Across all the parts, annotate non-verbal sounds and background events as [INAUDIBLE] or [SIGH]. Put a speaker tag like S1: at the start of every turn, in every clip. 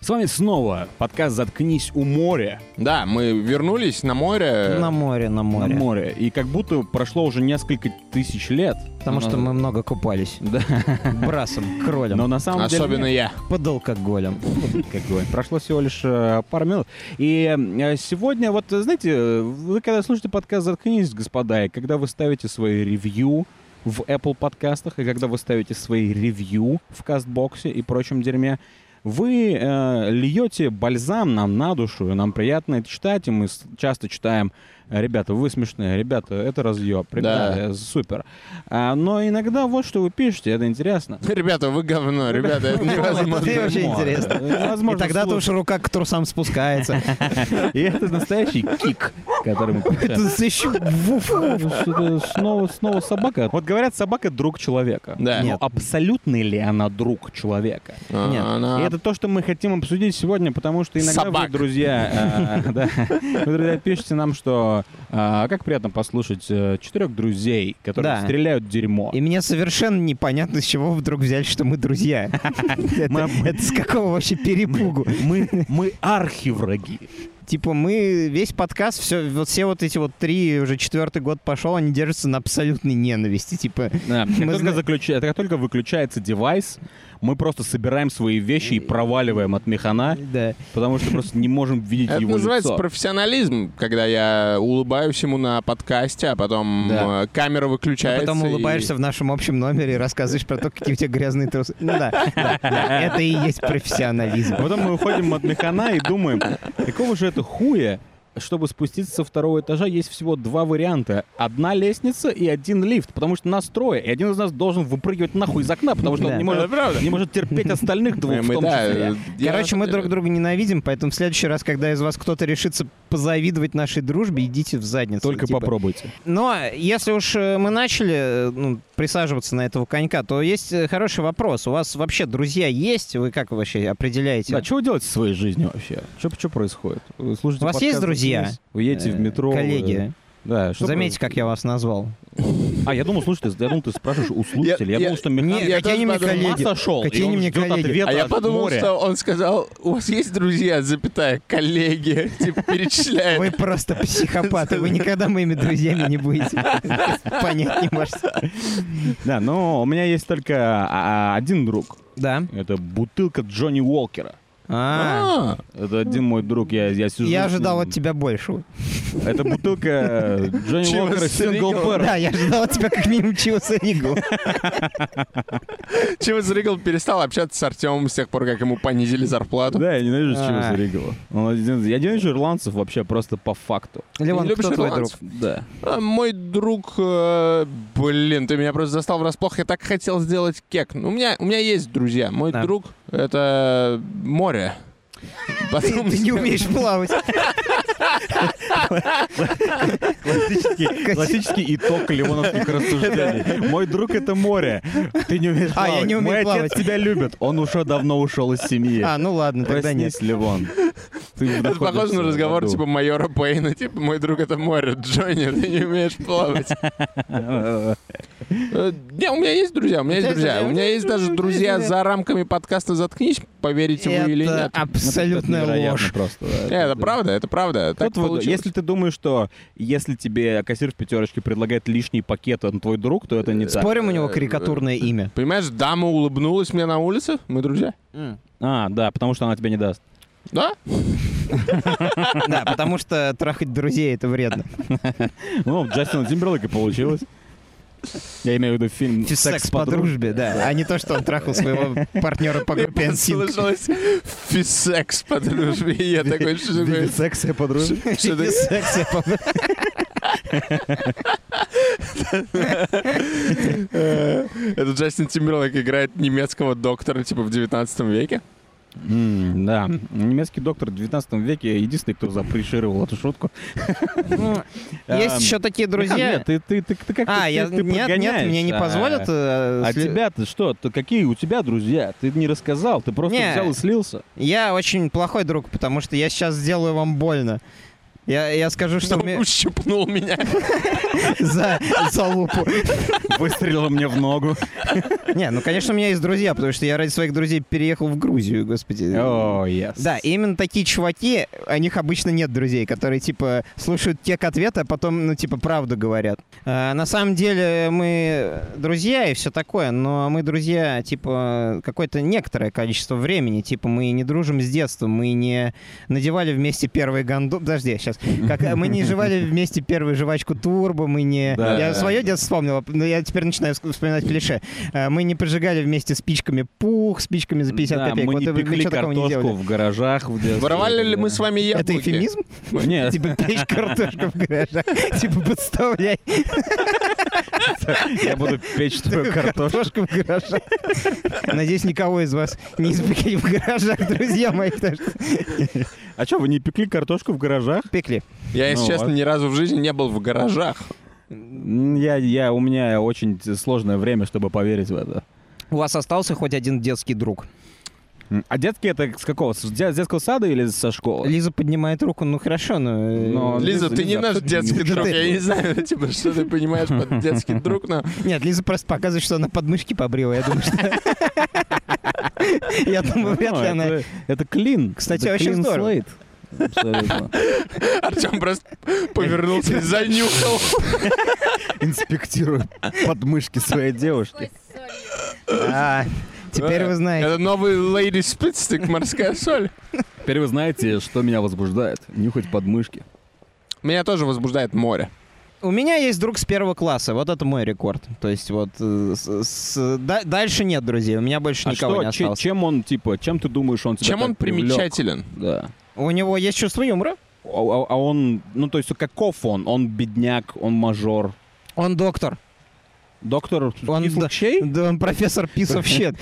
S1: С вами снова подкаст «Заткнись у моря».
S2: Да, мы вернулись на море.
S3: На море, на море.
S1: Э, На море. И как будто прошло уже несколько тысяч лет.
S3: Потому что мы много купались.
S1: Да.
S3: [LAUGHS] Брасом, кролем,
S1: Но на самом деле...
S2: Особенно
S1: нет.
S2: я.
S1: [LAUGHS]
S3: под алкоголем.
S1: Какой. Прошло всего лишь э, пару минут. И э, сегодня, вот, э, знаете, э, вы когда слушаете подкаст «Заткнись, господа», и когда вы ставите свои ревью в Apple подкастах, и когда вы ставите свои ревью в Кастбоксе и прочем дерьме, вы э, льете бальзам нам на душу, и нам приятно это читать, и мы с- часто читаем э, «Ребята, вы смешные, ребята, это разъеб, ребята,
S2: Да.
S1: э, супер». А, но иногда вот что вы пишете, это интересно.
S2: [LAUGHS] Ребята, вы говно, ребята, это
S3: Ты
S2: невозможно.
S3: вообще
S1: Возможно.
S3: интересно.
S1: Возможно,
S3: И тогда-то
S1: слушать.
S3: уж рука к
S1: [LAUGHS]
S3: трусам спускается.
S1: И это настоящий кик, который мы получаем.
S3: Это еще вуф.
S1: Что-то Снова, снова собака. Вот говорят, собака друг человека.
S2: Да.
S1: Но
S3: Нет.
S1: абсолютно ли она друг человека?
S2: А,
S3: Нет.
S2: она-
S1: И это то, что мы хотим обсудить сегодня, потому что иногда вы,
S2: Собак.
S1: друзья, э, да, вы, друзья, пишете нам, что э, как приятно послушать э, четырех друзей, которые
S3: Да.
S1: стреляют дерьмо.
S3: И мне совершенно непонятно, с чего вдруг взяли, что
S1: [LAUGHS]
S3: мы друзья. Это
S1: Мы-
S3: это с какого вообще
S1: [LAUGHS]
S3: перепугу?
S1: Мы, мы архивраги.
S3: Типа мы весь подкаст, все, вот все вот эти вот три, уже четвертый год пошел, они держатся на абсолютной
S1: [LAUGHS]
S3: ненависти. Типа,
S1: Да, как,
S3: Мы
S1: только
S3: зна-
S1: заключ- как только выключается девайс, мы просто собираем свои вещи и проваливаем от механа,
S3: да.
S1: потому что просто не можем видеть
S2: Это
S1: его
S2: называется
S1: лицо.
S2: профессионализм, когда я улыбаюсь ему на подкасте, а потом
S1: Да.
S2: э, камера
S3: А
S2: выключается.
S3: потом
S2: и-
S3: улыбаешься в нашем общем номере и рассказываешь про то, какие у тебя грязные трусы. Ну да, да, да, это и есть профессионализм.
S1: А Потом мы уходим от механа и думаем, какого же это хуя, чтобы спуститься со второго этажа, есть всего два варианта. Одна лестница и один лифт, потому что нас трое, и один из нас должен выпрыгивать нахуй из окна, потому что он
S3: Да.
S1: не
S2: Ну, это
S1: может,
S2: правда.
S1: не может терпеть остальных двух в
S2: Мы-
S1: том
S2: да,
S1: числе.
S2: э, я
S3: Короче,
S2: на
S3: мы
S2: самом
S3: друг
S2: деле-
S3: друга ненавидим, поэтому в следующий раз, когда из вас кто-то решится позавидовать нашей дружбе, идите в задницу.
S1: Только
S3: типа.
S1: попробуйте.
S3: Но если уж э, мы начали э, ну, присаживаться на этого конька, то есть э, хороший вопрос. У вас вообще друзья есть? Вы как вообще определяете?
S1: Да, что вы делаете со своей жизнью вообще? Что происходит? Вы слушаете
S3: У вас
S1: подкаст
S3: есть друзья?
S1: «Заткнись», Вы едете
S3: Э,
S1: в метро. э,
S3: Коллеги,
S1: Да, что
S3: заметьте, как я вас назвал.
S1: А, я думал, слушай, ты, я думал, ты спрашиваешь у слушателей. Я,
S2: Я-
S1: думал, что Михан
S3: Не,
S2: я
S3: какие они мне
S2: тоже подумал,
S1: с ума
S3: коллеги?
S1: А, сошел,
S3: Какие
S1: и он
S3: они мне
S1: ждет
S3: коллеги?
S1: ответа
S2: А я
S1: от
S2: подумал,
S1: моря.
S2: что он сказал, у вас есть друзья, запятая, коллеги, [LAUGHS] типа перечисляет.
S3: Вы просто психопаты, вы никогда моими друзьями не будете. Понять не можете.
S1: Да, но у меня есть только а, а, один друг.
S3: Да.
S1: Это бутылка Джонни Уолкера.
S3: А,
S2: А,
S1: Это один мой друг, я, я сижу.
S3: я
S1: с
S3: ожидал
S1: ним.
S3: от тебя большего.
S1: Это бутылка э, Джонни
S2: Чего
S1: Уолкера
S2: стригал?
S1: Сингл Пэр.
S3: Ну, Да, я ожидал от тебя как минимум чего Ригу.
S2: Чего Ригл перестал общаться с Артемом с тех пор, как ему понизили зарплату.
S1: Да, я ненавижу
S3: А.
S1: Чиваса Ригала. Он один из- Я ненавижу ирландцев вообще просто по факту.
S3: Леон,
S2: любишь
S3: кто твой друг?
S2: ирландцев?
S1: Да.
S2: А, Мой друг, э, блин, ты меня просто застал врасплох. Я так хотел сделать кек. Ну, У меня, у меня есть друзья. Мой
S3: Да.
S2: друг — это море.
S3: Ты
S2: Потом- [LAUGHS]
S3: ты не умеешь плавать.
S1: Классический, классический итог леоновских
S2: [LAUGHS]
S1: рассуждений. Мой друг — это море. Ты не умеешь
S3: А, я
S1: плавать.
S3: не умею
S1: Мой
S3: плавать.
S1: отец тебя любит. Он уже давно ушел из семьи.
S3: А, ну ладно, тогда нет.
S1: Проснись, Левон. Ты
S2: Это похоже
S1: находишься
S2: на
S1: в
S2: разговор
S1: аду.
S2: типа майора Пейна. Типа, мой друг — это море. Джонни, ты не умеешь плавать. Э, Не, у меня есть друзья, у меня есть друзья.
S3: тебя есть друзья?
S2: У меня есть даже друзья за рамками подкаста «Заткнись», поверите вы или
S3: Это
S2: [LAUGHS] нет.
S3: абсолютная
S1: Невероятно
S3: ложь.
S1: просто. да.
S2: Не, Это правда, это правда.
S1: Кто
S2: Так
S1: твой-
S2: получилось.
S1: если ты думаешь, что если тебе кассир в пятерочке предлагает лишний пакет, он твой друг, то это не так.
S3: Спорим, у него карикатурное имя.
S2: Понимаешь, дама улыбнулась мне на улице, мы друзья.
S1: А, да, потому что она тебе не даст.
S2: Да?
S3: Да, потому что трахать друзей это вредно.
S1: Ну, Джастина Тимберлейка получилось. Я имею в виду фильм
S3: [LAUGHS] Секс по дружбе, да. А не то, что он трахал [LAUGHS] своего партнера по группе NSYNC.
S2: Слышалось фисекс по дружбе. и Я такой, что такое?
S1: Секс по
S2: Что-
S3: [LAUGHS]
S2: что такое?
S3: Секс я по-
S2: Э, Это Джастин Тимберлейк играет немецкого доктора, типа, в 19 веке.
S1: Да, немецкий доктор в 19 веке единственный, кто запрещировал эту шутку.
S3: Ну, Есть
S1: Эм,
S3: еще такие
S1: Михан,
S3: друзья.
S1: Нет, ты, ты, ты, ты как
S3: А,
S1: ты-
S3: я
S1: ты
S3: нет, нет,
S1: прогоняешь,
S3: мне не
S1: а.
S3: позволят. э,
S1: А
S3: сли-
S1: тебя-то что? Ты какие у тебя друзья? Ты не рассказал, ты просто
S3: Не. [LAUGHS]
S1: взял и слился.
S3: Я очень плохой друг, потому что я сейчас сделаю вам больно. Я, я скажу, что
S2: Что
S3: Ну, мне-
S2: ущипнул меня.
S3: [LAUGHS] за, за лупу.
S1: Выстрелила мне в ногу.
S3: Не, ну, конечно, у меня есть друзья, потому что я ради своих друзей переехал в Грузию, господи.
S1: [LAUGHS] О, yes.
S3: Да, и именно такие чуваки, у них обычно нет друзей, которые, типа, слушают тек ответа, а потом, ну, типа, правду говорят. А, на самом деле мы друзья и все такое, но мы друзья, типа, какое-то некоторое количество времени. Типа, мы не дружим с детства, мы не надевали вместе первый гандон... Подожди, сейчас. мы не жевали вместе первую жвачку турбо, мы не...
S1: Да.
S3: Я свое детство вспомнил, но я теперь начинаю ск- вспоминать клише. А, Мы не прожигали вместе спичками пух, спичками за 50
S1: Да,
S3: копеек.
S1: мы
S3: Вот
S1: не
S3: вы
S1: пекли
S3: ничего такого не делали.
S1: картошку в гаражах. в детстве.
S2: Воровали ли
S1: Да.
S2: мы с вами яблоки?
S3: Это эфемизм? [LAUGHS]
S1: Нет,
S3: Типа
S1: [LAUGHS]
S3: печь картошку в гаражах. Типа подставляй
S1: я буду печь твою картошку.
S3: [LAUGHS] картошку в гаражах. Надеюсь, никого из вас не испекли в гаражах, друзья мои. потому что
S1: А что, вы не пекли картошку в гаражах?
S3: Пекли.
S2: Я, если
S1: Ну,
S2: честно,
S1: вот.
S2: ни разу в жизни не был в гаражах.
S1: М, Я, я, у меня очень сложное время, чтобы поверить в это.
S3: У вас остался хоть один детский друг?
S1: М, А детки это с какого? С де- с детского сада или со школы?
S3: Лиза поднимает руку, ну хорошо,
S1: Но-
S3: но... э,
S2: Лиза,
S1: Лиза,
S2: ты не
S1: Лиза,
S2: наш
S1: абсолютно
S2: детский
S1: не
S2: друг.
S1: ты.
S2: Я
S1: [LAUGHS]
S2: не знаю, типа, что ты понимаешь под детский друг, но
S3: Нет, Лиза просто показывает, что она подмышки побрила, я думаю, что... Я думаю, вряд
S1: Ну,
S3: ли она...
S1: это- Это клин.
S3: Кстати,
S1: Это
S3: очень
S1: clean
S3: здорово.
S1: slate. Абсолютно.
S2: Артем просто повернулся и занюхал.
S1: Инспектирую подмышки своей девушки.
S3: А, Теперь вы знаете.
S2: Это новый Lady Spitstick, морская соль.
S1: Теперь вы знаете, что меня возбуждает. Нюхать подмышки.
S2: Меня тоже возбуждает море.
S3: У меня есть друг с первого класса, вот это мой рекорд. То есть вот э, с- с- да- дальше нет, друзей, у меня больше
S1: А
S3: никого
S1: что,
S3: не
S1: че-
S3: осталось.
S1: чем он, типа, чем ты думаешь, он тебя
S2: Чем
S1: так
S2: он
S1: привлек?
S2: примечателен?
S1: Да.
S3: У него есть чувство юмора.
S1: А, а- а он, ну то есть каков он? Он бедняк, он мажор.
S3: Он доктор.
S1: Доктор
S3: Он
S1: кислых
S3: да-
S1: щей?
S3: Да он профессор piece of shit.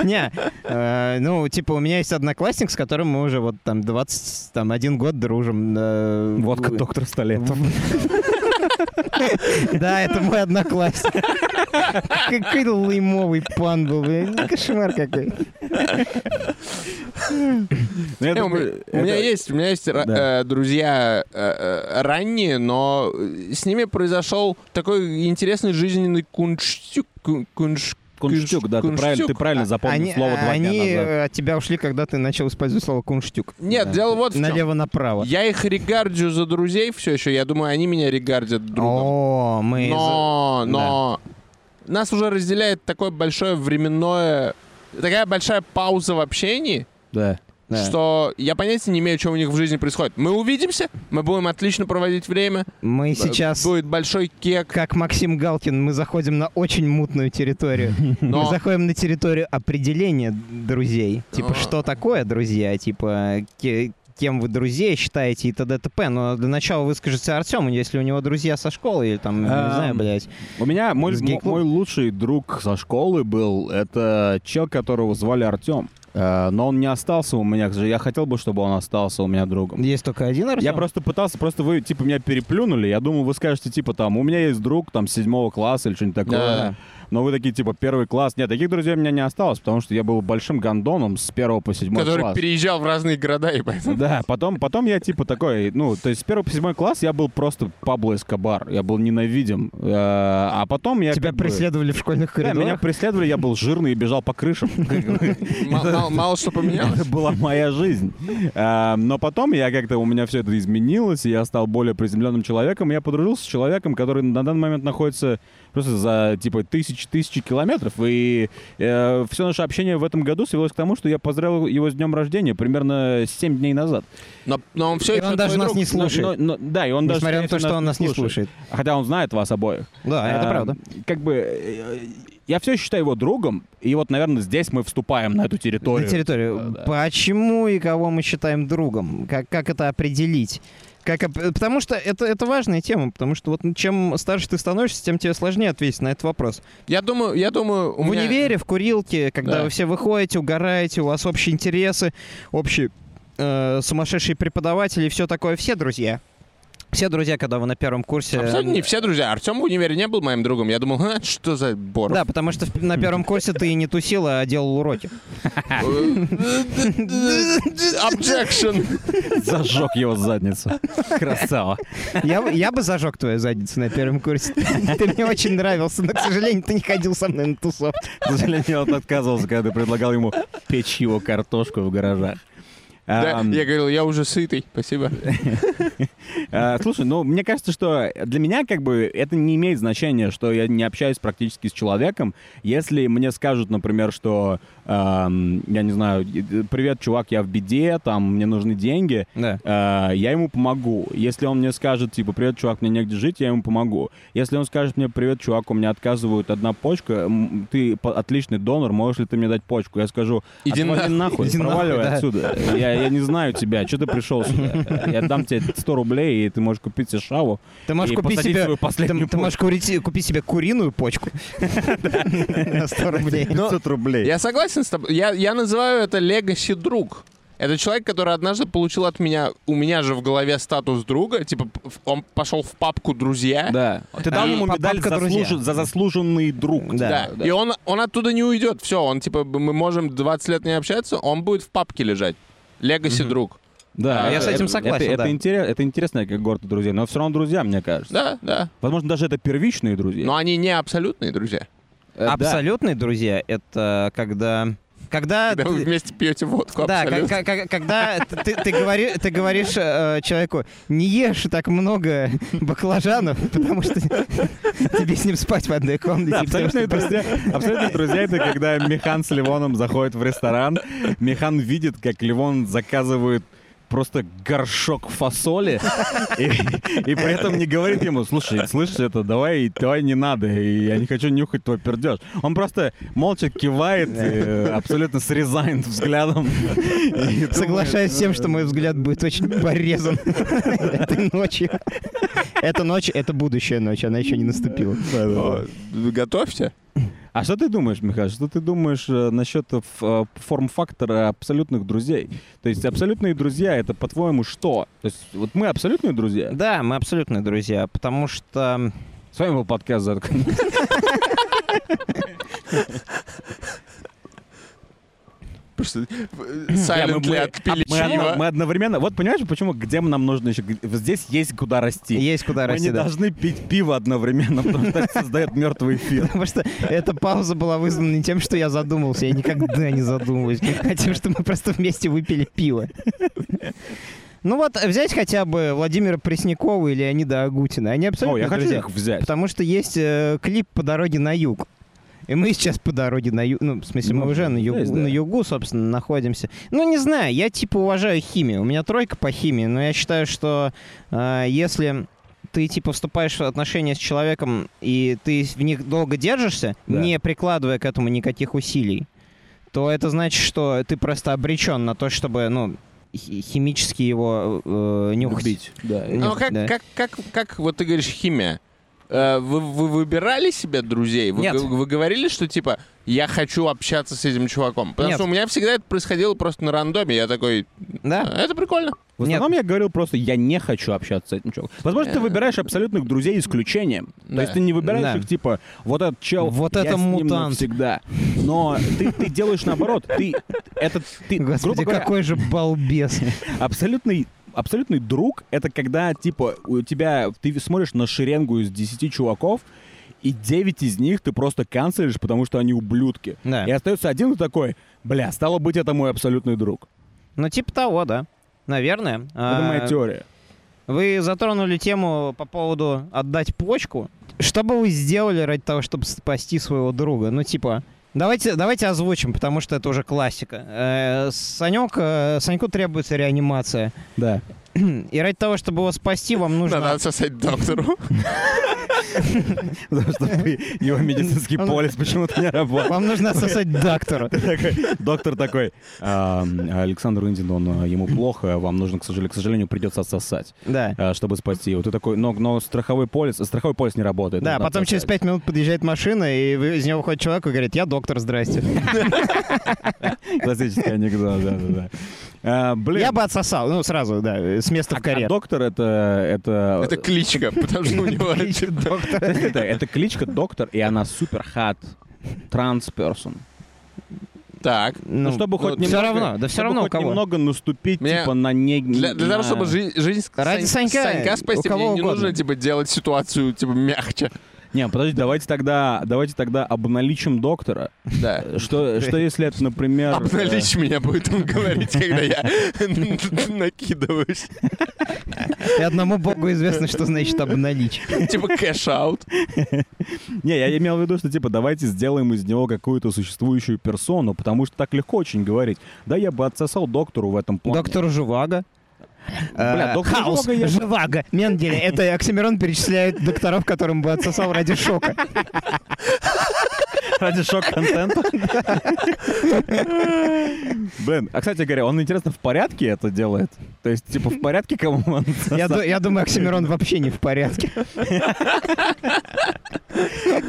S3: [LAUGHS] Не, э, ну, типа, у меня есть одноклассник, с которым мы уже вот там 21 год дружим. э,
S1: Водка
S3: в-
S1: доктор Столетов.
S3: [LAUGHS] Да, это мой одноклассник. [LAUGHS] Какой лаймовый пан был, блин. Кошмар какой.
S1: Ну, я
S2: Не, Э, у
S1: думаю,
S2: меня- У меня
S1: это-
S2: есть, у меня есть ра-
S1: Да.
S2: э, друзья э, э, ранние, но э, с ними произошел такой интересный жизненный кунштюк. кун- кунш-
S1: Кунштюк, А, да, ты
S2: кунштюк.
S1: правильно, ты правильно запомнил
S3: Они-
S1: слово два
S3: Они
S1: дня назад.
S3: э, от тебя ушли, когда ты начал использовать слово кунштюк.
S2: Нет,
S1: Да.
S2: дело вот в чем.
S3: Налево-направо.
S2: Я их регардю за друзей все еще. Я думаю, они меня регардят другом.
S3: О, мы... за-
S2: Но, но нас уже разделяет такое большое временное, такая большая пауза в общении,
S1: Да. Да.
S2: что я понятия не имею, что у них в жизни происходит. Мы увидимся, мы будем отлично проводить время,
S3: Мы сейчас,
S2: будет большой
S3: [LAUGHS]
S2: кек,
S3: как Максим Галкин, мы заходим на очень мутную территорию. Мы
S2: но
S3: заходим на территорию определения друзей. Типа,
S2: А.
S3: что такое друзья? Типа, ке- кем вы друзей считаете и т.д. т.п. Но для начала выскажется Артем, если у него друзья со школы или там, не
S1: Эм,
S3: знаю, блядь.
S1: У меня мой,
S3: Из гей-клуба?
S1: мой лучший друг со школы был, это чел, которого звали Артем. Э, Но он не остался у меня, к сожалению. я хотел бы, чтобы он остался у меня другом.
S3: Есть только один Артем?
S1: Я просто пытался, просто вы, типа, меня переплюнули. Я думал, вы скажете, типа, там, у меня есть друг, там, седьмого класса или что-нибудь такое.
S2: Да.
S1: Но вы такие, типа, первый класс. Нет, таких друзей у меня не осталось, потому что я был большим гондоном с первого по седьмой
S2: который
S1: класс.
S2: переезжал в разные города и
S3: [LAUGHS]
S1: [LAUGHS]
S2: поэтому.
S1: Да, потом, потом я, типа, такой, ну, то есть с первого по седьмой класс я был просто Пабло Эскобар. Я был ненавидим. Э, А потом я...
S3: Тебя
S1: как бы-
S3: преследовали в школьных
S1: Да, меня
S3: коридорах?
S1: преследовали, я был жирный и бежал по
S3: [LAUGHS]
S1: крышам.
S2: М- мало- Мало что поменялось.
S1: Это была моя жизнь. А, Но потом я как-то, у меня все это изменилось, и я стал более приземленным человеком. и Я подружился с человеком, который на данный момент находится просто за, типа, тысячи-тысячи километров. И все наше общение в этом году свелось к тому, что я поздравил его с днем рождения примерно 7 дней назад.
S2: Но, но он все
S3: И
S2: еще
S3: он даже
S2: твой
S3: нас
S2: друг.
S3: не
S1: Но-
S3: слушает.
S1: но- но- да, и он даже...
S3: Несмотря на то,
S1: конечно,
S3: что он нас не слушает.
S1: Хотя он знает вас обоих.
S3: Да, А, это
S1: Эм,
S3: правда.
S1: Как бы э, я все считаю его другом, и вот, наверное, здесь мы вступаем на эту территорию.
S3: На территорию.
S1: Да, да.
S3: Почему и кого мы считаем другом? Как, как это определить? Как, оп- потому что это, это важная тема, потому что вот чем старше ты становишься, тем тебе сложнее ответить на этот вопрос.
S2: Я думаю, я думаю, у
S3: в
S2: меня-
S3: универе, в курилке, когда
S2: Да.
S3: вы все выходите, угораете, у вас общие интересы, общие э, сумасшедшие преподаватели, все такое, все друзья. все друзья, когда вы на первом курсе...
S2: Абсолютно не все друзья. Артем в универе не был моим другом. Я думал, «Ха, что за бор.
S3: Да, потому что в- на первом курсе ты не тусил, а делал уроки.
S2: Э,
S3: [LAUGHS]
S2: Objection.
S1: Зажег его задницу. Красава.
S3: Я, бы- я бы зажег твою задницу на первом курсе. Ты мне очень нравился, но, к сожалению, ты не ходил со мной на тусов.
S1: К сожалению, он отказывался, когда ты предлагал ему печь его картошку в гаражах.
S2: Да,
S1: Ам,
S2: Я говорил, я уже сытый, спасибо.
S1: а, слушай, ну, мне кажется, что для меня как бы это не имеет значения, что я не общаюсь практически с человеком. Если мне скажут, например, что, ам, я не знаю, привет, чувак, я в беде, там, мне нужны деньги,
S3: Да.
S1: Э, я ему помогу. Если он мне скажет, типа, привет, чувак, мне негде жить, я ему помогу. Если он скажет мне, привет, чувак, у меня отказывают одна почка, м, ты по- отличный донор, можешь ли ты мне дать почку? Я скажу,
S2: Иди
S1: «Отвали нахуй,
S3: Иди нахуй,
S1: проваливай
S3: да.
S1: отсюда. Я, я не знаю тебя, что ты пришел сюда? Я дам тебе 100 рублей, и ты можешь купить себе шаву.
S3: Ты можешь
S1: И
S3: купить
S1: посадить
S3: себе...
S1: свою
S3: Ты,
S1: последнюю
S3: ты можешь курить- купить себе куриную почку на 100 Ну, рублей.
S2: Но
S1: 500 рублей.
S2: Я согласен с тобой. Я, я называю это легаси друг. Это человек, который однажды получил от меня, у меня же в голове статус друга, типа п- в- он пошел в папку друзья.
S1: Да. Ты дал
S2: И
S1: ему медаль
S3: папка друзья.
S1: заслужен- за заслуженный друг.
S2: Да. И он, он оттуда не уйдет. Все, он типа, б- мы можем 20 лет не общаться, он будет в папке лежать. Легаси друг.
S1: Да,
S2: А, я с
S1: это-
S3: этим
S1: это-
S3: согласен,
S1: Это,
S3: да.
S1: интерес- это интересная когорта друзей, но все равно друзья, мне кажется.
S2: Да, да.
S1: Возможно, даже это первичные друзья.
S2: Но они не абсолютные друзья.
S1: Э, да.
S3: Абсолютные друзья — это когда...
S1: [LAUGHS]
S3: Когда...
S2: Когда вы
S3: ты-
S2: вместе пьете водку
S3: Да,
S2: абсолютно.
S3: как- как- когда ты, ты говори- ты говоришь э, человеку, не ешь так много [LAUGHS] баклажанов, потому что [LAUGHS] тебе с ним спать в одной комнате.
S1: Да,
S3: потому что
S1: абсолютные друзья, абсолютные друзья это когда Михан с Ливоном заходит в ресторан, Михан видит, как Ливон заказывает просто горшок фасоли, и, и при этом не говорит ему, слушай, слышишь это, давай, давай не надо, и я не хочу нюхать твой пердеж. Он просто молча кивает, э, абсолютно с резайн взглядом. и думает,
S3: Соглашаюсь с тем, что мой взгляд будет очень порезан [LAUGHS] этой ночью. Эта ночь — это будущая ночь, она еще не наступила.
S1: «Да, да, да».
S2: О, Готовьте.
S1: А что ты думаешь, Михаил, что ты думаешь э, насчет э, ф- э, форм-фактора абсолютных друзей? То есть абсолютные друзья — это, по-твоему, что? То есть вот мы абсолютные друзья?
S3: Да, мы абсолютные друзья, потому что...
S1: С вами был подкаст «Заткнись».
S2: Просто э,
S1: Да, мы-
S2: silently
S1: мы-
S2: отпили
S1: мы одно-
S2: пиво.
S1: Мы одновременно... Вот понимаешь, почему, где нам нужно еще... г- Здесь есть куда расти.
S3: Есть куда
S1: Мы
S3: расти,
S1: не
S3: да.
S1: должны пить пиво одновременно, [LAUGHS] потому что это создает мертвый эфир.
S3: Потому что эта пауза была вызвана не тем, что я задумался, я никогда не задумываюсь, а тем, что мы просто вместе выпили пиво. Ну вот, взять хотя бы Владимира Преснякова или Леонида Агутина. Они
S1: О,
S3: абсолютно
S1: я хочу
S3: друзья.
S1: их взять.
S3: Потому что есть э, клип «По дороге на юг». И мы сейчас по дороге на юг, ну, в смысле, мы
S1: Ну,
S3: уже на югу,
S1: здесь, да.
S3: на югу, собственно, находимся. Ну, не знаю, я типа уважаю химию. У меня тройка по химии, но я считаю, что э, если ты типа вступаешь в отношения с человеком и ты в них долго держишься,
S1: Да.
S3: не прикладывая к этому никаких усилий, то это значит, что ты просто обречен на то, чтобы, ну, хи- химически его э, нюхать.
S1: Любить, да.
S3: Ну,
S2: Ну, как,
S3: да.
S2: как, как, как, вот ты говоришь, химия. Э, Вы, вы выбирали себе друзей? Вы,
S3: Нет.
S2: г- вы говорили, что типа я хочу общаться с этим чуваком? Потому
S3: Нет.
S2: что у меня всегда это происходило просто на рандоме. Я такой, «А,
S3: Да?
S2: это прикольно.
S1: В
S3: Нет.
S1: основном я говорил просто, я не хочу общаться с этим человеком. Возможно, ты
S2: Э,
S1: выбираешь абсолютных друзей исключением.
S2: Да.
S1: То есть ты не выбираешь
S3: Да.
S1: их типа, вот этот чел,
S3: Вот
S1: я
S3: это
S1: с ним
S3: мутант.
S1: навсегда. Но ты, ты делаешь наоборот. Ты, этот, ты, грубо
S3: [LAUGHS] Господи,
S1: говоря,
S3: какой же
S1: [LAUGHS]
S3: балбес.
S1: абсолютный абсолютный друг — это когда, типа, у тебя... Ты смотришь на шеренгу из 10 чуваков, и 9 из них ты просто канцелишь, потому что они ублюдки.
S3: Да.
S1: И остается один и такой, бля, стало быть, это мой абсолютный друг.
S3: Ну, типа того, да. Наверное.
S1: Это
S3: А,
S1: моя теория.
S3: Вы затронули тему по поводу отдать почку. Что бы вы сделали ради того, чтобы спасти своего друга? Ну, типа, давайте, давайте озвучим, потому что это уже классика. Э, Санек, э, Саньку требуется реанимация. [CLEARS THROAT]
S1: [LAUGHS] Да.
S3: И ради того, чтобы его
S1: [LAUGHS]
S3: спасти, вам нужно...
S2: Надо отсосать
S3: [LAUGHS]
S2: доктору.
S1: Потому что вы- его [LAUGHS] медицинский
S3: Он-
S1: полис почему-то не [LAUGHS] работает.
S3: Вам нужно сосать
S1: [LAUGHS]
S3: доктора.
S1: Такой, доктор такой, «Ам, Александр Индин, он, э, ему плохо, вам нужно, к сожалению, к сожалению, придется отсосать,
S3: Да.
S1: э, чтобы спасти его. Ты такой, но, но страховой полис, страховой полис не работает. Ну,
S3: Да,
S1: нужно
S3: потом через
S1: отсосать».
S3: пять минут подъезжает машина, и вы- из него выходит человек и говорит, я доктор, здрасте.
S1: Классический анекдот, да, да, да. А, [LAUGHS] блин.
S3: Я бы отсосал, ну, сразу, да, э, с места
S1: а,
S3: в карьер.
S1: а доктор это... Это,
S2: Это кличка, потому что у него...
S1: Знаете, [LAUGHS] это, это кличка доктор, и она супер хат. Трансперсон.
S2: Так.
S1: Ну,
S3: Ну,
S1: чтобы
S2: ну,
S1: хоть
S2: всё
S1: немного...
S3: равно, да всё
S1: чтобы
S3: равно у
S1: хоть
S3: кого.
S1: немного наступить,
S2: Мне-
S1: типа, на... Не...
S2: Для, для того,
S1: на-
S2: чтобы жи- жизнь
S3: Ради
S2: Сань-
S3: Санька,
S2: Санька
S3: у
S2: спасти,
S3: кого
S2: мне не
S3: угодно.
S2: нужно типа, делать ситуацию типа
S3: [LAUGHS]
S2: мягче.
S1: Не, подожди, давайте тогда, давайте тогда обналичим
S2: [LAUGHS]
S1: доктора.
S2: Да.
S1: Что, что если это, например... э,
S2: Обналичь меня будет он говорить, когда я [LAUGHS] накидываюсь.
S3: И одному богу известно, что значит [LAUGHS] обналичь.
S2: Типа кэш-аут.
S1: э, Не, я имел в виду, что типа давайте сделаем из него какую-то существующую персону, потому что так легко очень говорить. Да, я бы отсосал доктору в этом плане.
S3: Доктор Живаго.
S1: Бля,
S3: Э,
S1: доктор
S3: Хаус,
S1: Живаго я-
S3: Живаго. Менделе. Это Оксимирон перечисляет докторов, которым бы отсосал ради шока.
S1: Ради шок-контента. Блин, а кстати говоря, он, интересно, в порядке это делает? То есть, типа, в порядке кому он
S3: Я,
S1: отсосал?
S3: ду- я думаю, Оксимирон вообще не в порядке.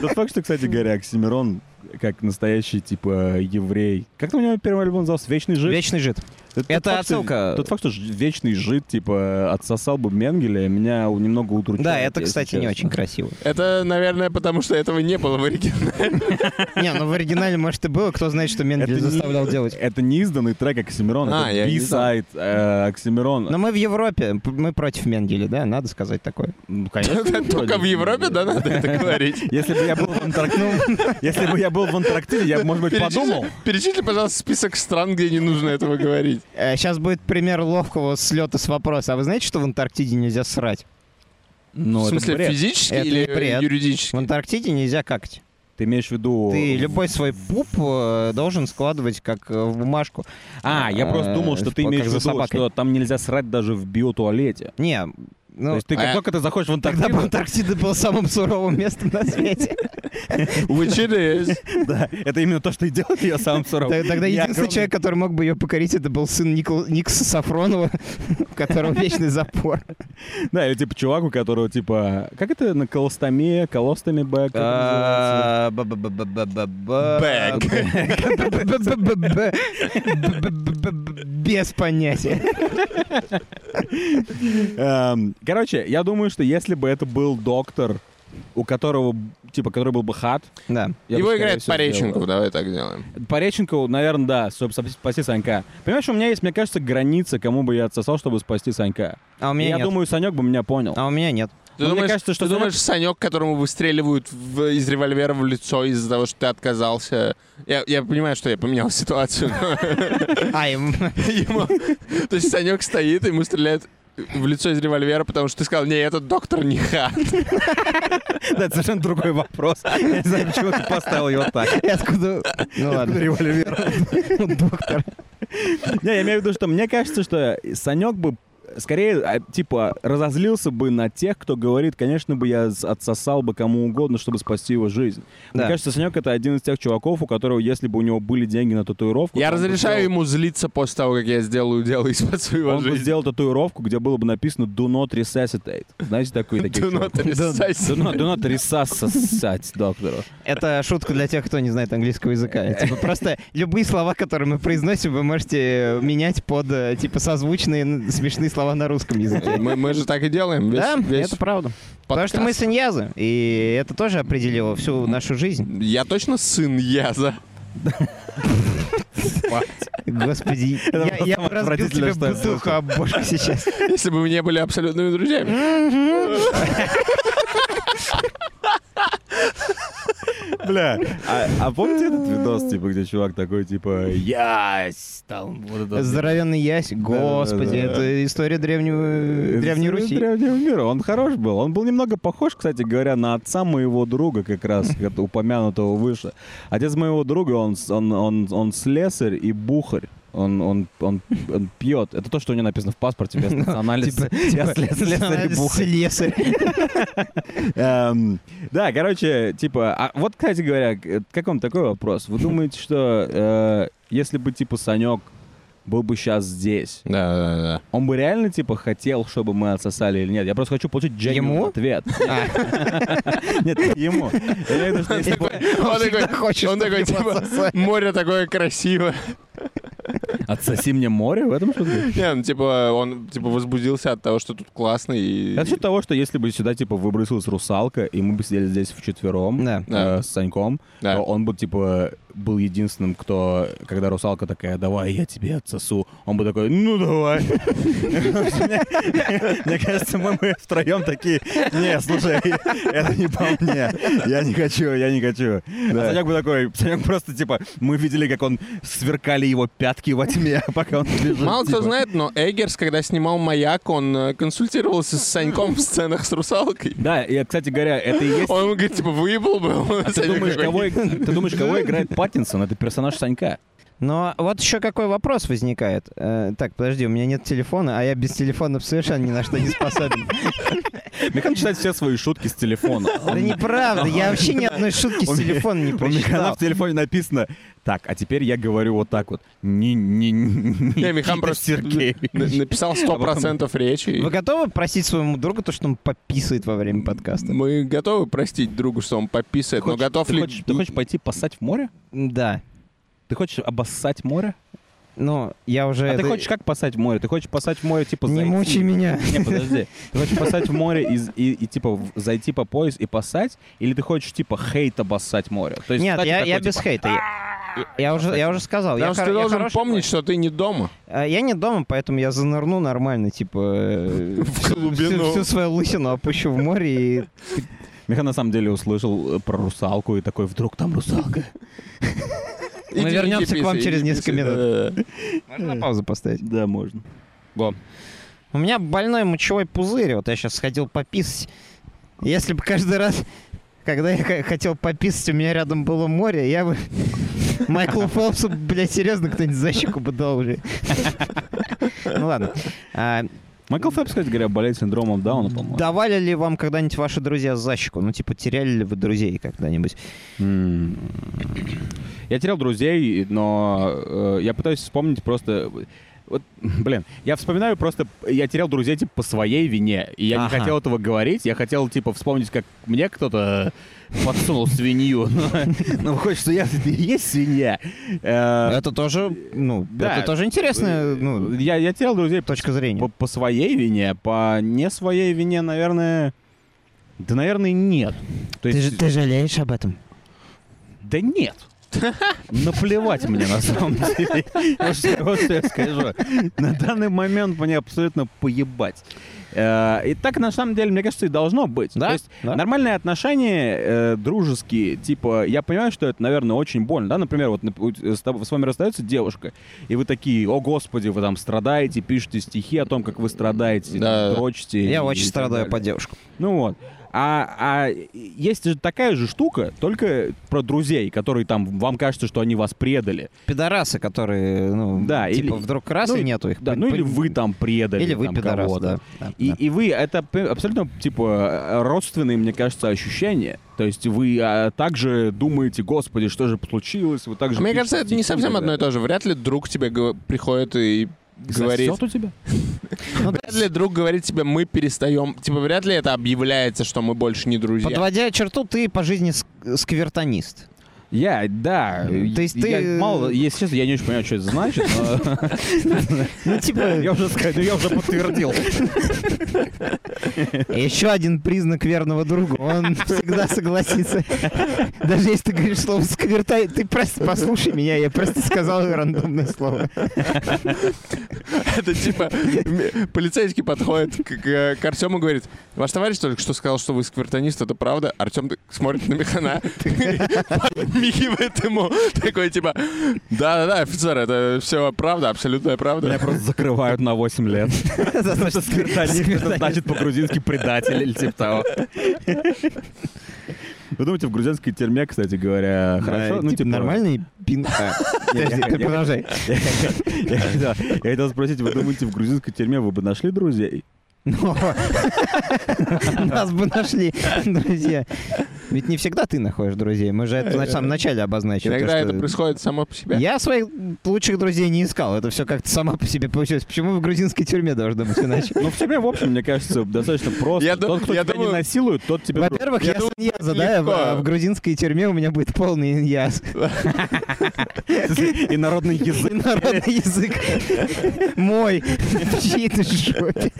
S1: Тот факт, что, кстати говоря, Оксимирон как настоящий, типа, еврей. Как там у него первый альбом назывался? «Вечный жид»?
S3: Вечный жид.
S1: Тот
S3: Это
S1: факт, что-
S3: отсылка.
S1: Тот факт, что ж- вечный жид, типа, отсосал бы Менгеля, меня немного утручает.
S3: Да, это,
S1: если
S3: кстати, не
S1: честно.
S3: очень красиво.
S2: Это, наверное, потому что этого не было в
S3: [LAUGHS]
S2: оригинале.
S3: Не, ну в оригинале, может, и было. Кто знает, что Мендель
S1: Это не-
S3: заставлял делать.
S1: Это не изданный трек Оксимирона,
S2: А,
S1: это
S2: я не
S1: B-сайт э, Оксимирона.
S3: Но мы в Европе, п- мы против Менделя, да? Надо сказать такое.
S1: Ну,
S2: Только в Европе, да, надо это говорить?
S1: Если бы я был в Антарктиде, если бы я был в Антарктиде, я бы, может быть,
S2: Перечисли-
S1: подумал.
S2: Перечисли, пожалуйста, список стран, где не нужно этого говорить.
S3: Сейчас Э, будет пример ловкого слета с вопроса. А вы знаете, что в Антарктиде нельзя срать?
S1: Ну,
S2: в
S1: это
S2: смысле,
S1: бред.
S2: физически
S3: Это
S2: или
S3: бред.
S2: юридически?
S3: В Антарктиде нельзя какать.
S1: Ты имеешь в виду...
S3: Ты любой свой пуп э, должен складывать как э, в бумажку.
S1: А, я просто
S3: э,
S1: думал, что ты
S3: как
S1: имеешь в
S3: за
S1: виду,
S3: собакой.
S1: что там нельзя срать даже в биотуалете.
S3: Не,
S1: То
S3: ну,
S1: есть ты
S2: а
S1: как
S2: я-
S1: только ты заходишь в
S3: тогда бы
S1: Антарктиду,
S3: Антарктида был самым суровым местом на
S1: [LAUGHS]
S3: свете.
S2: Which it is.
S3: [LAUGHS]
S1: да, это именно то, что и делает я сам все равно.
S3: Т- Тогда
S1: Я
S3: единственный
S1: огромный-
S3: человек, который мог бы ее покорить, это был сын Никол- Никса Сафронова, [LAUGHS] у которого
S1: [LAUGHS]
S3: вечный запор.
S1: Да, или типа чувак, у которого типа... Как это на колостомия, колостами бэк? как это называется?
S3: А. Э,
S2: Бэг.
S3: Без понятия.
S1: Эм, Короче, я думаю, что если бы это был доктор, у которого, типа, который был бы хат...
S3: Да.
S1: я бы,
S2: Его
S1: скорее
S2: играет
S1: всего,
S2: Пореченков,
S1: сделал.
S2: давай так делаем.
S1: Пореченков, наверное, да, чтобы спас- спасти Санька. Понимаешь, у меня есть, мне кажется, граница, кому бы я отсосал, чтобы спасти Санька.
S3: А у
S1: я
S3: меня нет.
S1: думаю, Санек бы меня понял.
S3: А у
S1: [LAUGHS]
S3: меня нет.
S2: Ты
S1: Ну, мне
S2: думаешь,
S1: кажется, что
S2: ты
S1: Санек-
S2: думаешь, Санек, которому выстреливают в- из револьвера в лицо из-за того, что ты отказался... Я, я понимаю, что я поменял ситуацию, но [LAUGHS]
S3: А, им-
S2: ему... То есть Санек стоит, ему стреляют в лицо из револьвера, потому что ты сказал, не, этот доктор не ха.
S1: Да, это совершенно другой вопрос. Я не знаю, почему ты поставил его так.
S3: [LAUGHS] я откуда... Ну ладно. [LAUGHS] Доктор.
S1: Не, я имею в виду, что мне кажется, что Санек бы скорее, а, типа, разозлился бы на тех, кто говорит, конечно бы я с- отсосал бы кому угодно, чтобы спасти его жизнь. Мне
S3: Да.
S1: кажется, Санек это один из тех чуваков, у которого, если бы у него были деньги на татуировку...
S2: Я
S1: то он бы
S2: разрешаю
S1: сделал-
S2: ему злиться после того, как я сделаю дело из-под своего
S1: Он бы
S2: жизни.
S1: сделал татуировку, где было бы написано «Do not resuscitate». Знаете,
S2: [LAUGHS]
S1: такие [LAUGHS] такие
S2: Do not
S1: чуваки? Do
S2: resuscitate.
S1: not- do not resuscitate доктору.
S3: Это шутка для тех, кто не знает английского языка. Типа, просто любые слова, которые мы произносим, вы можете менять под э, типа созвучные н- смешные слова на русском языке.
S2: Э, Мы, мы же так и делаем. Весь,
S3: Да,
S2: весь
S3: это правда. Потому
S2: подкаст.
S3: что мы сыньязы, и это тоже определило всю нашу жизнь.
S2: Я точно сын Яза.
S1: [LAUGHS]
S2: [LAUGHS]
S3: Господи,
S1: Это
S3: я, я бы
S1: просто
S3: разбил тебе
S1: отвратительно, что я
S3: бутылку
S1: [LAUGHS]
S3: об бошку сейчас.
S2: Если бы мы не были абсолютными друзьями.
S1: Бля, а, а помните этот видос, типа, где чувак такой, типа, ясь, там, вот это...
S3: Здоровенный ясь, господи,
S1: да, Э, да.
S3: это история древнего,
S1: Из
S3: древней Руси.
S1: Древнего мира. Он хорош был. Он был немного похож, кстати говоря, на отца моего друга, как раз [LAUGHS] как упомянутого выше. Отец моего друга, он, с- он, он, он слесарь и бухарь. Он, он, он, он пьет. Это то, что у него написано в паспорте
S3: [LAUGHS]
S1: без
S3: Типа,
S1: национальности. Я сле- слесарь и бухарь.
S3: Слесарь.
S1: [LAUGHS] Эм, Да, короче, типа, а вот, кстати говоря, к- как вам такой вопрос? Вы думаете, что э, если бы, типа, Санек был бы сейчас здесь,
S2: Да, да, да.
S1: он бы реально, типа, хотел, чтобы мы отсосали или нет? Я просто хочу получить Джейму
S3: Ему?
S1: ответ.
S3: А.
S1: Нет, не ему. Я имею в виду, что если бы-
S2: Он такой,
S3: всегда хочет,
S2: он
S3: чтобы
S2: такой
S3: его
S2: типа,
S3: отсосали.
S2: море такое красивое.
S1: Отсоси мне море в этом шутка?
S2: [LAUGHS] Не, ну типа он типа возбудился от того, что тут классно и...
S1: Это счет того, что если бы сюда, типа, выбросилась русалка, и мы бы сидели здесь вчетвером
S3: Да.
S1: э, с Саньком,
S2: Да.
S1: то он бы, типа, был единственным, кто, когда русалка такая, давай, я тебе отсосу, он бы такой, ну давай. Мне кажется, мы мы втроем такие, не, слушай, это не по мне, я не хочу, я не хочу. А Санек бы такой, Санек просто, типа, мы видели, как он сверкали его пятки во тьме, [LAUGHS] пока он лежит.
S2: Мало кто
S1: типа.
S2: знает, но Эггерс, когда снимал «Маяк», он э, консультировался с Саньком в сценах с русалкой.
S1: Да, и, кстати говоря, это и есть
S2: Он ему говорит, типа, выебал бы.
S3: А
S2: он».
S1: [LAUGHS] Ты
S2: Санек
S1: думаешь,
S2: такой,
S1: кого, ты думаешь, кого играет Паттинсон? Это персонаж Санька.
S3: Но вот еще какой вопрос возникает. Э, так, подожди, у меня нет телефона, а я без телефона совершенно ни на что не способен.
S1: Механ читает все свои шутки с телефона.
S3: Да неправда, я вообще ни одной шутки
S1: У
S3: с
S1: меня-
S3: телефона не
S1: У Механа
S3: [LAUGHS] прочитал.
S1: в телефоне написано «Так, а теперь я говорю вот так вот. Не, не, не,
S2: Не, Михан просто н-
S3: [LAUGHS]
S2: написал 100% речи. и
S3: Вы готовы просить своему другу то, что он пописывает во время подкаста?
S2: Мы готовы простить другу, что он пописает, но готов
S1: ты,
S2: ли...
S1: хочешь, ты хочешь пойти поссать в море?
S3: Да.
S1: Ты хочешь обоссать море?
S3: Ну, я уже...
S1: А ты
S3: это-
S1: хочешь как поссать в море? Ты хочешь поссать в море, типа,
S3: Не
S1: зайти?
S3: мучай меня.
S1: Не, подожди. Ты хочешь поссать в море и, и, и, типа, в- зайти по пояс и поссать? Или ты хочешь, типа, хейт обоссать море? То есть,
S3: Нет,
S1: стать
S3: я,
S1: такой,
S3: я
S1: типа,
S3: без хейта. Я, я уже, я уже сказал.
S2: Потому
S3: я
S2: что
S3: хор-
S2: ты
S3: я
S2: должен
S3: хороший
S2: помнить, что ты не дома.
S3: А, Я не дома, поэтому я занырну нормально, типа... [LAUGHS] э, всю-
S2: глубину.
S3: Всю, всю свою лысину опущу в море и...
S1: Михан на самом деле услышал э, про русалку и такой, вдруг там
S3: [LAUGHS]
S1: русалка.
S3: Мы
S2: Иди- иди
S3: вернемся к вам
S2: писай,
S3: через
S2: иди
S3: несколько
S2: писай,
S3: минут.
S2: да-да-да.
S3: Можно паузу поставить?
S1: Да, можно. Го.
S3: У меня больной мочевой пузырь, вот я сейчас сходил пописать. Если бы каждый раз, когда я х- хотел пописать, у меня рядом было море, я бы... [LAUGHS] Майклу Фелпсу, блядь, серьезно, кто-нибудь за щеку бы дал уже. Ну ладно. А,
S1: Майкл Фэббс, кстати говоря, болеет синдромом Дауна, по-моему.
S3: Давали ли вам когда-нибудь ваши друзья за щеку? Ну, типа, теряли ли вы друзей когда-нибудь?
S1: М. Я терял друзей, но э, я пытаюсь вспомнить просто... Вот, [LAUGHS] блин, я вспоминаю просто, я терял друзей типа по своей вине, и я не
S3: Ага.
S1: хотел этого говорить, я хотел типа вспомнить, как мне кто-то подсунул свинью, [LAUGHS] но, но выходит, что я [LAUGHS] и есть свинья. Э,
S3: Это тоже, ну,
S1: Да.
S3: это тоже интересная ну,
S1: я, я терял друзей
S3: точка
S1: По,
S3: зрения.
S1: по своей вине, по не своей вине, наверное, да, наверное, нет. То есть,
S3: жалеешь об этом?
S1: да нет. Наплевать мне на самом деле. Вот что вот что я скажу. На данный момент мне абсолютно поебать. Э, И так, на самом деле, мне кажется, и должно быть.
S3: Да?
S1: То есть
S3: Да.
S1: нормальные отношения э, дружеские, типа, я понимаю, что это, наверное, очень больно, да, например, вот нап- у- с, тоб- с вами расстается девушка, и вы такие, о господи, вы там страдаете, пишете стихи о том, как вы страдаете,
S2: Да.
S1: дрочите. и-
S3: Я
S1: и
S3: очень
S1: так
S3: страдаю
S1: далее.
S3: по девушкам.
S1: Ну вот. А, а есть же такая же штука, только про друзей, которые там вам кажется, что они вас предали.
S3: Пидорасы, которые, ну,
S1: Да,
S3: типа,
S1: или-
S3: вдруг раз
S1: ну,
S3: и нету их.
S1: Да,
S3: Пы-
S1: ну или
S3: пы-
S1: вы там предали.
S3: Или вы
S1: там
S3: пидорасы,
S1: кого-то.
S3: да. да,
S1: И,
S3: да.
S1: и вы это п- абсолютно типа родственные, мне кажется, ощущения. То есть вы а, также думаете, господи, что же случилось, вы также.
S2: Мне кажется, это не совсем одно и то же. Вряд ли друг тебе го- приходит и говорит...
S1: у тебя?
S3: Ну, да,
S2: Вряд ли друг говорит тебе, мы перестаем... Типа, вряд ли это объявляется, что мы больше не друзья.
S3: Подводя черту, ты по жизни ск- сквертонист.
S1: Я, да.
S3: То есть
S1: я
S3: ты-
S1: мало, если честно, я не очень понимаю, что это значит, но
S3: Ну,
S1: я [LAUGHS]
S3: типа,
S1: уже сказал, я уже подтвердил.
S3: еще один признак верного друга. Он всегда согласится. [LAUGHS] Даже если ты говоришь слово скверта, ты просто послушай меня, я просто сказал рандомное слово.
S2: [LAUGHS] Это типа м, полицейский подходит к, к- к Артему и говорит, ваш товарищ только что сказал, что вы сквертонист, это правда? Артем так смотрит на Михана, подмигивает ему, такой типа, да-да-да, офицер, это все правда, абсолютная
S1: Меня
S2: правда.
S1: просто закрывают на 8 лет.
S3: За
S1: [LAUGHS] Это
S3: то, что-
S1: сквертонист, это значит по-грузински предатель или типа того. Вы думаете, в грузинской тюрьме, кстати говоря, хорошо? ну,
S3: Да, типа, нормальный пин... А, Подожди,
S1: я-
S3: ты
S1: я-
S3: продолжай.
S1: Я хотел- я хотел спросить, вы думаете, в грузинской тюрьме вы бы нашли
S3: [LAUGHS]
S1: друзей?
S3: Ну, Нас бы нашли, друзья. Ведь не всегда ты находишь друзей. Мы же это на самом начале обозначили. то,
S2: Иногда
S3: что-
S2: это происходит само по себе.
S3: Я своих лучших друзей не искал. Это все как-то сама по себе получилось. Почему в грузинской тюрьме должно быть иначе?
S1: Ну, в тюрьме, в общем, мне кажется, достаточно просто.
S2: Я ду-
S1: Тот, кто
S2: я
S1: тебя не
S2: думаю-
S1: насилует, тот тебе... друг.
S2: [LAUGHS]
S3: Во-первых,
S2: Я
S3: я,
S2: думаю,
S3: саньяза, да,
S2: легко.
S3: а в, грузинской тюрьме у меня будет полный
S2: [LAUGHS]
S3: иньяз. [LAUGHS]
S1: В смысле, И народный язык.
S3: Народный язык.
S2: [LAUGHS]
S3: [LAUGHS] Мой. В чьей-то жопе.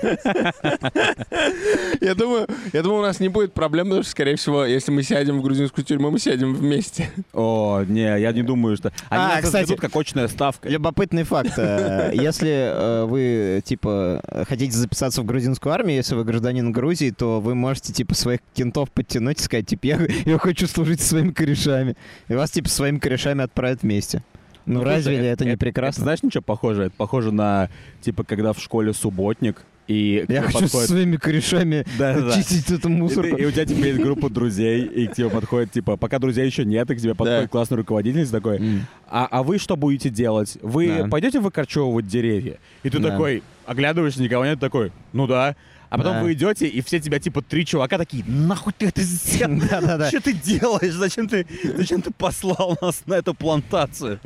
S2: Я думаю, я думаю, у нас не будет проблем, потому что, скорее всего, если мы сядем в грузинскую тюрьму, мы сядем вместе.
S1: О, не, я не думаю, что... Они
S3: А,
S1: нас
S3: кстати.
S1: разведут как очная ставка.
S3: Любопытный факт. Э, Если э, вы, типа, хотите записаться в грузинскую армию, если вы гражданин Грузии, то вы можете, типа, своих кентов подтянуть и сказать, типа, я, я хочу служить со своими корешами. И вас, типа, со своими корешами отправят вместе. Ну,
S1: Слушай,
S3: разве ли это не прекрасно?
S1: знаешь, ничего похоже? Это похоже на, типа, когда в школе субботник, и к
S3: Я
S1: тебе
S3: хочу
S1: [LAUGHS]
S3: со
S1: подходит-
S3: своими корешами
S1: Да-да-да.
S3: чистить эту
S1: И, ты-
S3: мусорку.
S1: и у тебя теперь есть группа друзей, и к тебе подходит, типа, пока друзей еще нет, и к тебе подходит
S2: Да.
S1: классный руководитель такой, [LAUGHS]
S3: М. [LAUGHS]
S1: а, а вы что будете делать? Вы
S3: Да.
S1: пойдете выкорчевывать деревья? И ты
S3: Да.
S1: такой, оглядываешься, никого нет, такой, ну да. А потом
S3: Да.
S1: вы идете, и все тебя типа три чувака такие, нахуй ты это сделал?
S3: Да-да-да.
S1: Что ты делаешь? Зачем ты, зачем ты послал нас на эту плантацию?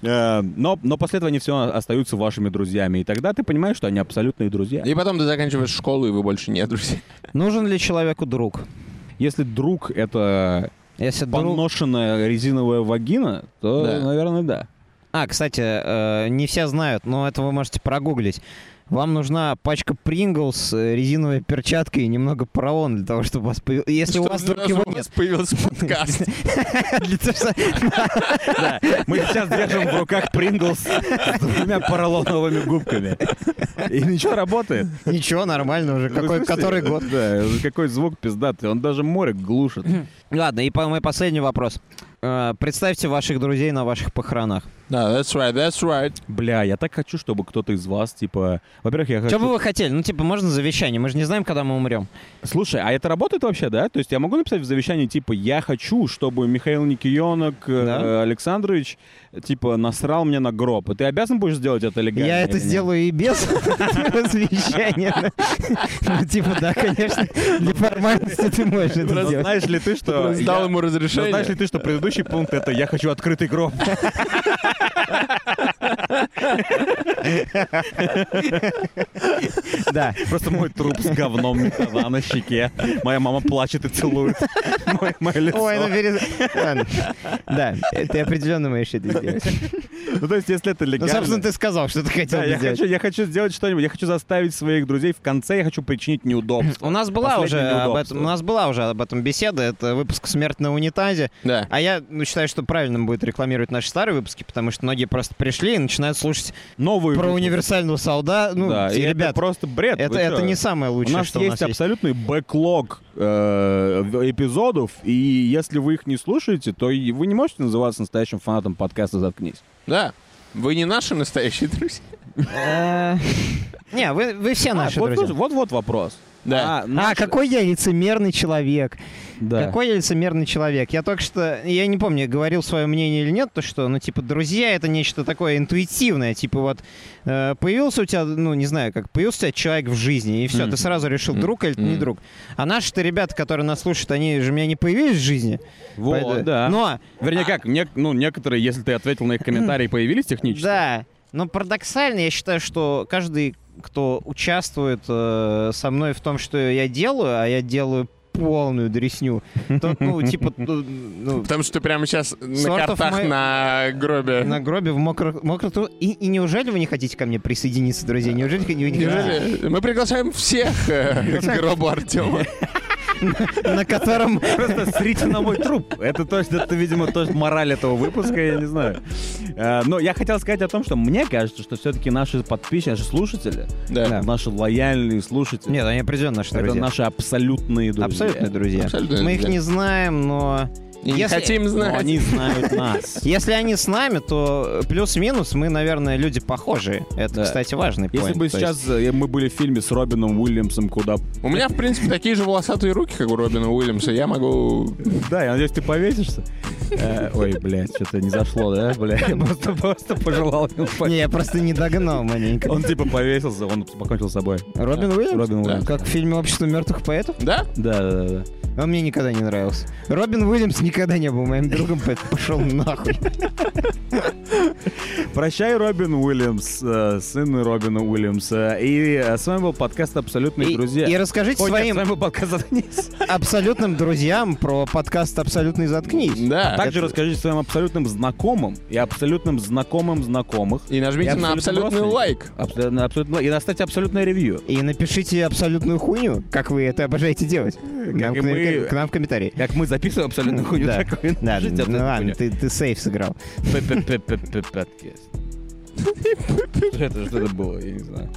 S1: Э, Но, но после этого они все остаются вашими друзьями. И тогда ты понимаешь, что они абсолютные друзья.
S2: И потом ты заканчиваешь школу, и вы больше не друзья.
S3: Нужен ли человеку друг?
S1: Если друг — это
S3: Если друг...
S1: поношенная резиновая вагина, то,
S2: Да.
S1: наверное, да.
S3: А, кстати, э, не все знают, но это вы можете прогуглить. Вам нужна пачка Принглс, э, резиновая перчатка и немного поролон для того, чтобы у вас появился... Если у
S2: Чтобы
S3: вас
S2: сразу
S3: вдруг его
S2: у
S3: нет.
S2: нас появился подкаст.
S3: Для того, что-
S1: Да. Мы сейчас держим в руках Принглс с двумя поролоновыми губками. И ничего, работает.
S3: Ничего, нормально уже.
S1: Вы
S3: Какой,
S1: слышите?
S3: который год?
S1: Да, какой звук пиздатый. Он даже море глушит.
S3: Ладно, и по- мой последний вопрос. Э, Представьте ваших друзей на ваших похоронах.
S2: [LAUGHS] Да, that's right, that's right.
S1: Бля, я так хочу, чтобы кто-то из вас, типа... Во-первых, я хочу...
S3: Что бы вы хотели? Ну, типа, можно завещание? Мы же не знаем, когда мы умрем.
S1: Слушай, а это работает вообще, да? То есть я могу написать в завещании, типа, я хочу, чтобы Михаил Никиенок э,
S3: Да.
S1: Александрович, э, типа, насрал мне на гроб. И ты обязан будешь сделать это легально?
S3: Я
S1: или
S3: это
S1: нет?
S3: сделаю и без развещания. Ну, типа, да, конечно, для формальности ты можешь это
S1: Но
S3: сделать.
S1: знаешь ли ты,
S3: [LAUGHS]
S1: что...
S2: Просто Дал
S1: я-
S3: Ну,
S2: ему
S1: Но знаешь ли
S2: разрешение.
S1: ты, что предыдущий пункт это «я хочу открытый гроб».
S3: Да.
S1: Просто мой труп с говном метана на щеке. Моя мама плачет и целует мое- мое лицо.
S3: Ой, ну перез... Ладно. Да, ты определенно можешь это сделать.
S1: Ну, то есть, если это
S3: Ну,
S1: легально...
S3: собственно, ты сказал, что ты
S1: Да,
S3: хотел бы
S1: я
S3: сделать.
S1: хочу, я хочу сделать что-нибудь. Я хочу заставить своих друзей в конце, я хочу причинить неудобство.
S3: У нас была уже
S1: Последнее
S3: об
S1: неудобство.
S3: этом, у нас была уже об этом беседа. Это выпуск «Смерть на унитазе».
S2: Да.
S3: А я ну, считаю, что правильным будет рекламировать наши старые выпуски, потому что многие просто пришли и начинают слушать
S1: Новую.
S3: про универсального солда. Ну,
S1: да, и
S3: ребят,
S1: это просто бред.
S3: это,
S1: вы
S3: это
S1: чё?
S3: не самое
S1: У
S3: лучшее,
S1: нас
S3: что
S1: есть
S3: у нас есть.
S1: абсолютный бэклог э, в- эпизодов, и если вы их не слушаете, то и вы не можете называться настоящим фанатом подкаста «Заткнись».
S2: Да. Вы не наши настоящие друзья.
S3: Э, [LAUGHS] Не, вы, вы все наши
S1: А, вот,
S3: друзья.
S1: слушай, вот, вот вопрос.
S2: Да.
S1: А,
S3: А,
S1: наши-
S3: какой я лицемерный человек.
S1: Да.
S3: Какой я лицемерный человек. Я только что, я не помню, говорил свое мнение или нет, то что, ну, типа, друзья — это нечто такое интуитивное. Типа, вот, э, появился у тебя, ну, не знаю, как, появился у тебя человек в жизни, и все,
S2: Мгм.
S3: ты сразу решил,
S2: Мгм.
S3: друг или ты не
S2: Мгм.
S3: друг. А наши-то ребята, которые нас слушают, они же у меня не появились в жизни.
S1: Вот,
S3: Поэтому-
S1: да.
S3: Но,
S1: Вернее, как, нек- ну, некоторые, если ты ответил на их комментарии,
S3: [LAUGHS]
S1: появились технически.
S3: да, но парадоксально я считаю, что каждый, кто участвует э, со мной в том, что я делаю, а я делаю полную дресню, то,
S1: [LAUGHS]
S3: ну, типа, ну, ну,
S2: Потому что ты прямо сейчас на
S3: Sort of
S2: картах
S3: my-
S2: на гробе.
S3: [LAUGHS] На гробе в мокрых, мокрых тру- И, и неужели вы не хотите ко мне присоединиться, друзья? Неужели вы не хотите?
S2: Неужели? Мы приглашаем всех э, к гробу
S3: [LAUGHS]
S2: Артема.
S3: На котором...
S1: Просто срите на мой труп. Это точно, это, видимо, тоже мораль этого выпуска, я не знаю. Э, Но я хотел сказать о том, что мне кажется, что все-таки наши подписчики, наши слушатели,
S2: Да.
S1: наши лояльные слушатели,
S3: [LAUGHS] Нет, они определенно наши
S1: это
S3: друзья.
S1: наши абсолютные друзья.
S3: Абсолютные друзья.
S2: Абсолютно
S3: Мы их
S2: друзья.
S3: не знаем, но...
S2: И не
S3: Если- Ну,
S2: хотим
S1: Но
S2: знать.
S1: они знают нас.
S3: Если они с нами, то плюс-минус мы, наверное, люди похожие. Это,
S1: Да.
S3: кстати, важный
S1: [LAUGHS] Если
S3: point.
S1: бы
S3: То есть-
S1: сейчас э, мы были в фильме с Робином Уильямсом, куда... [LAUGHS]
S2: У меня, в принципе, такие же волосатые руки, как у Робина Уильямса. Я могу...
S1: Да, я надеюсь, ты повесишься. Э, Ой, блядь, что-то не зашло, да, блядь? Я [LAUGHS] Просто, просто пожелал ему повеситься.
S3: Не, я просто не догнал маленько.
S1: Он типа повесился, он покончил с собой.
S3: Робин Уильямс?
S1: Робин Уильямс.
S3: Как в фильме «Общество мертвых поэтов»?
S2: Да?
S1: Да, да, да.
S3: Он мне никогда не нравился. Робин Уильямс никогда не был моим другом, поэтому пошел нахуй.
S1: Прощай, Робин Уильямс, э, сын Робина Уильямса. И э, с вами был подкаст «Абсолютные
S3: И,
S1: друзья».
S3: и расскажите
S1: Ой, нет,
S3: своим
S1: с вами был подкаст «Заткнись».
S3: абсолютным друзьям про подкаст «Абсолютный заткнись».
S2: Да.
S1: Также расскажите своим абсолютным знакомым и абсолютным знакомым знакомых.
S2: И нажмите
S1: Я
S2: на
S1: абсолютно
S2: абсолютный
S1: просто.
S2: лайк.
S1: Абсолютно, абсолютно, и оставьте абсолютное ревью.
S3: И напишите абсолютную хуйню, как вы это обожаете делать. Нам
S1: и
S3: к-
S1: мы.
S3: к нам в комментарии.
S1: Как мы записываем абсолютно хуйню
S3: Да.
S1: такую.
S3: Да,
S1: напишите
S3: ну
S1: абсолютную хуйню.
S3: ладно, ты, ты сейф сыграл.
S1: П-п-п-п-п-подкаст. Что это, что это было, я не знаю.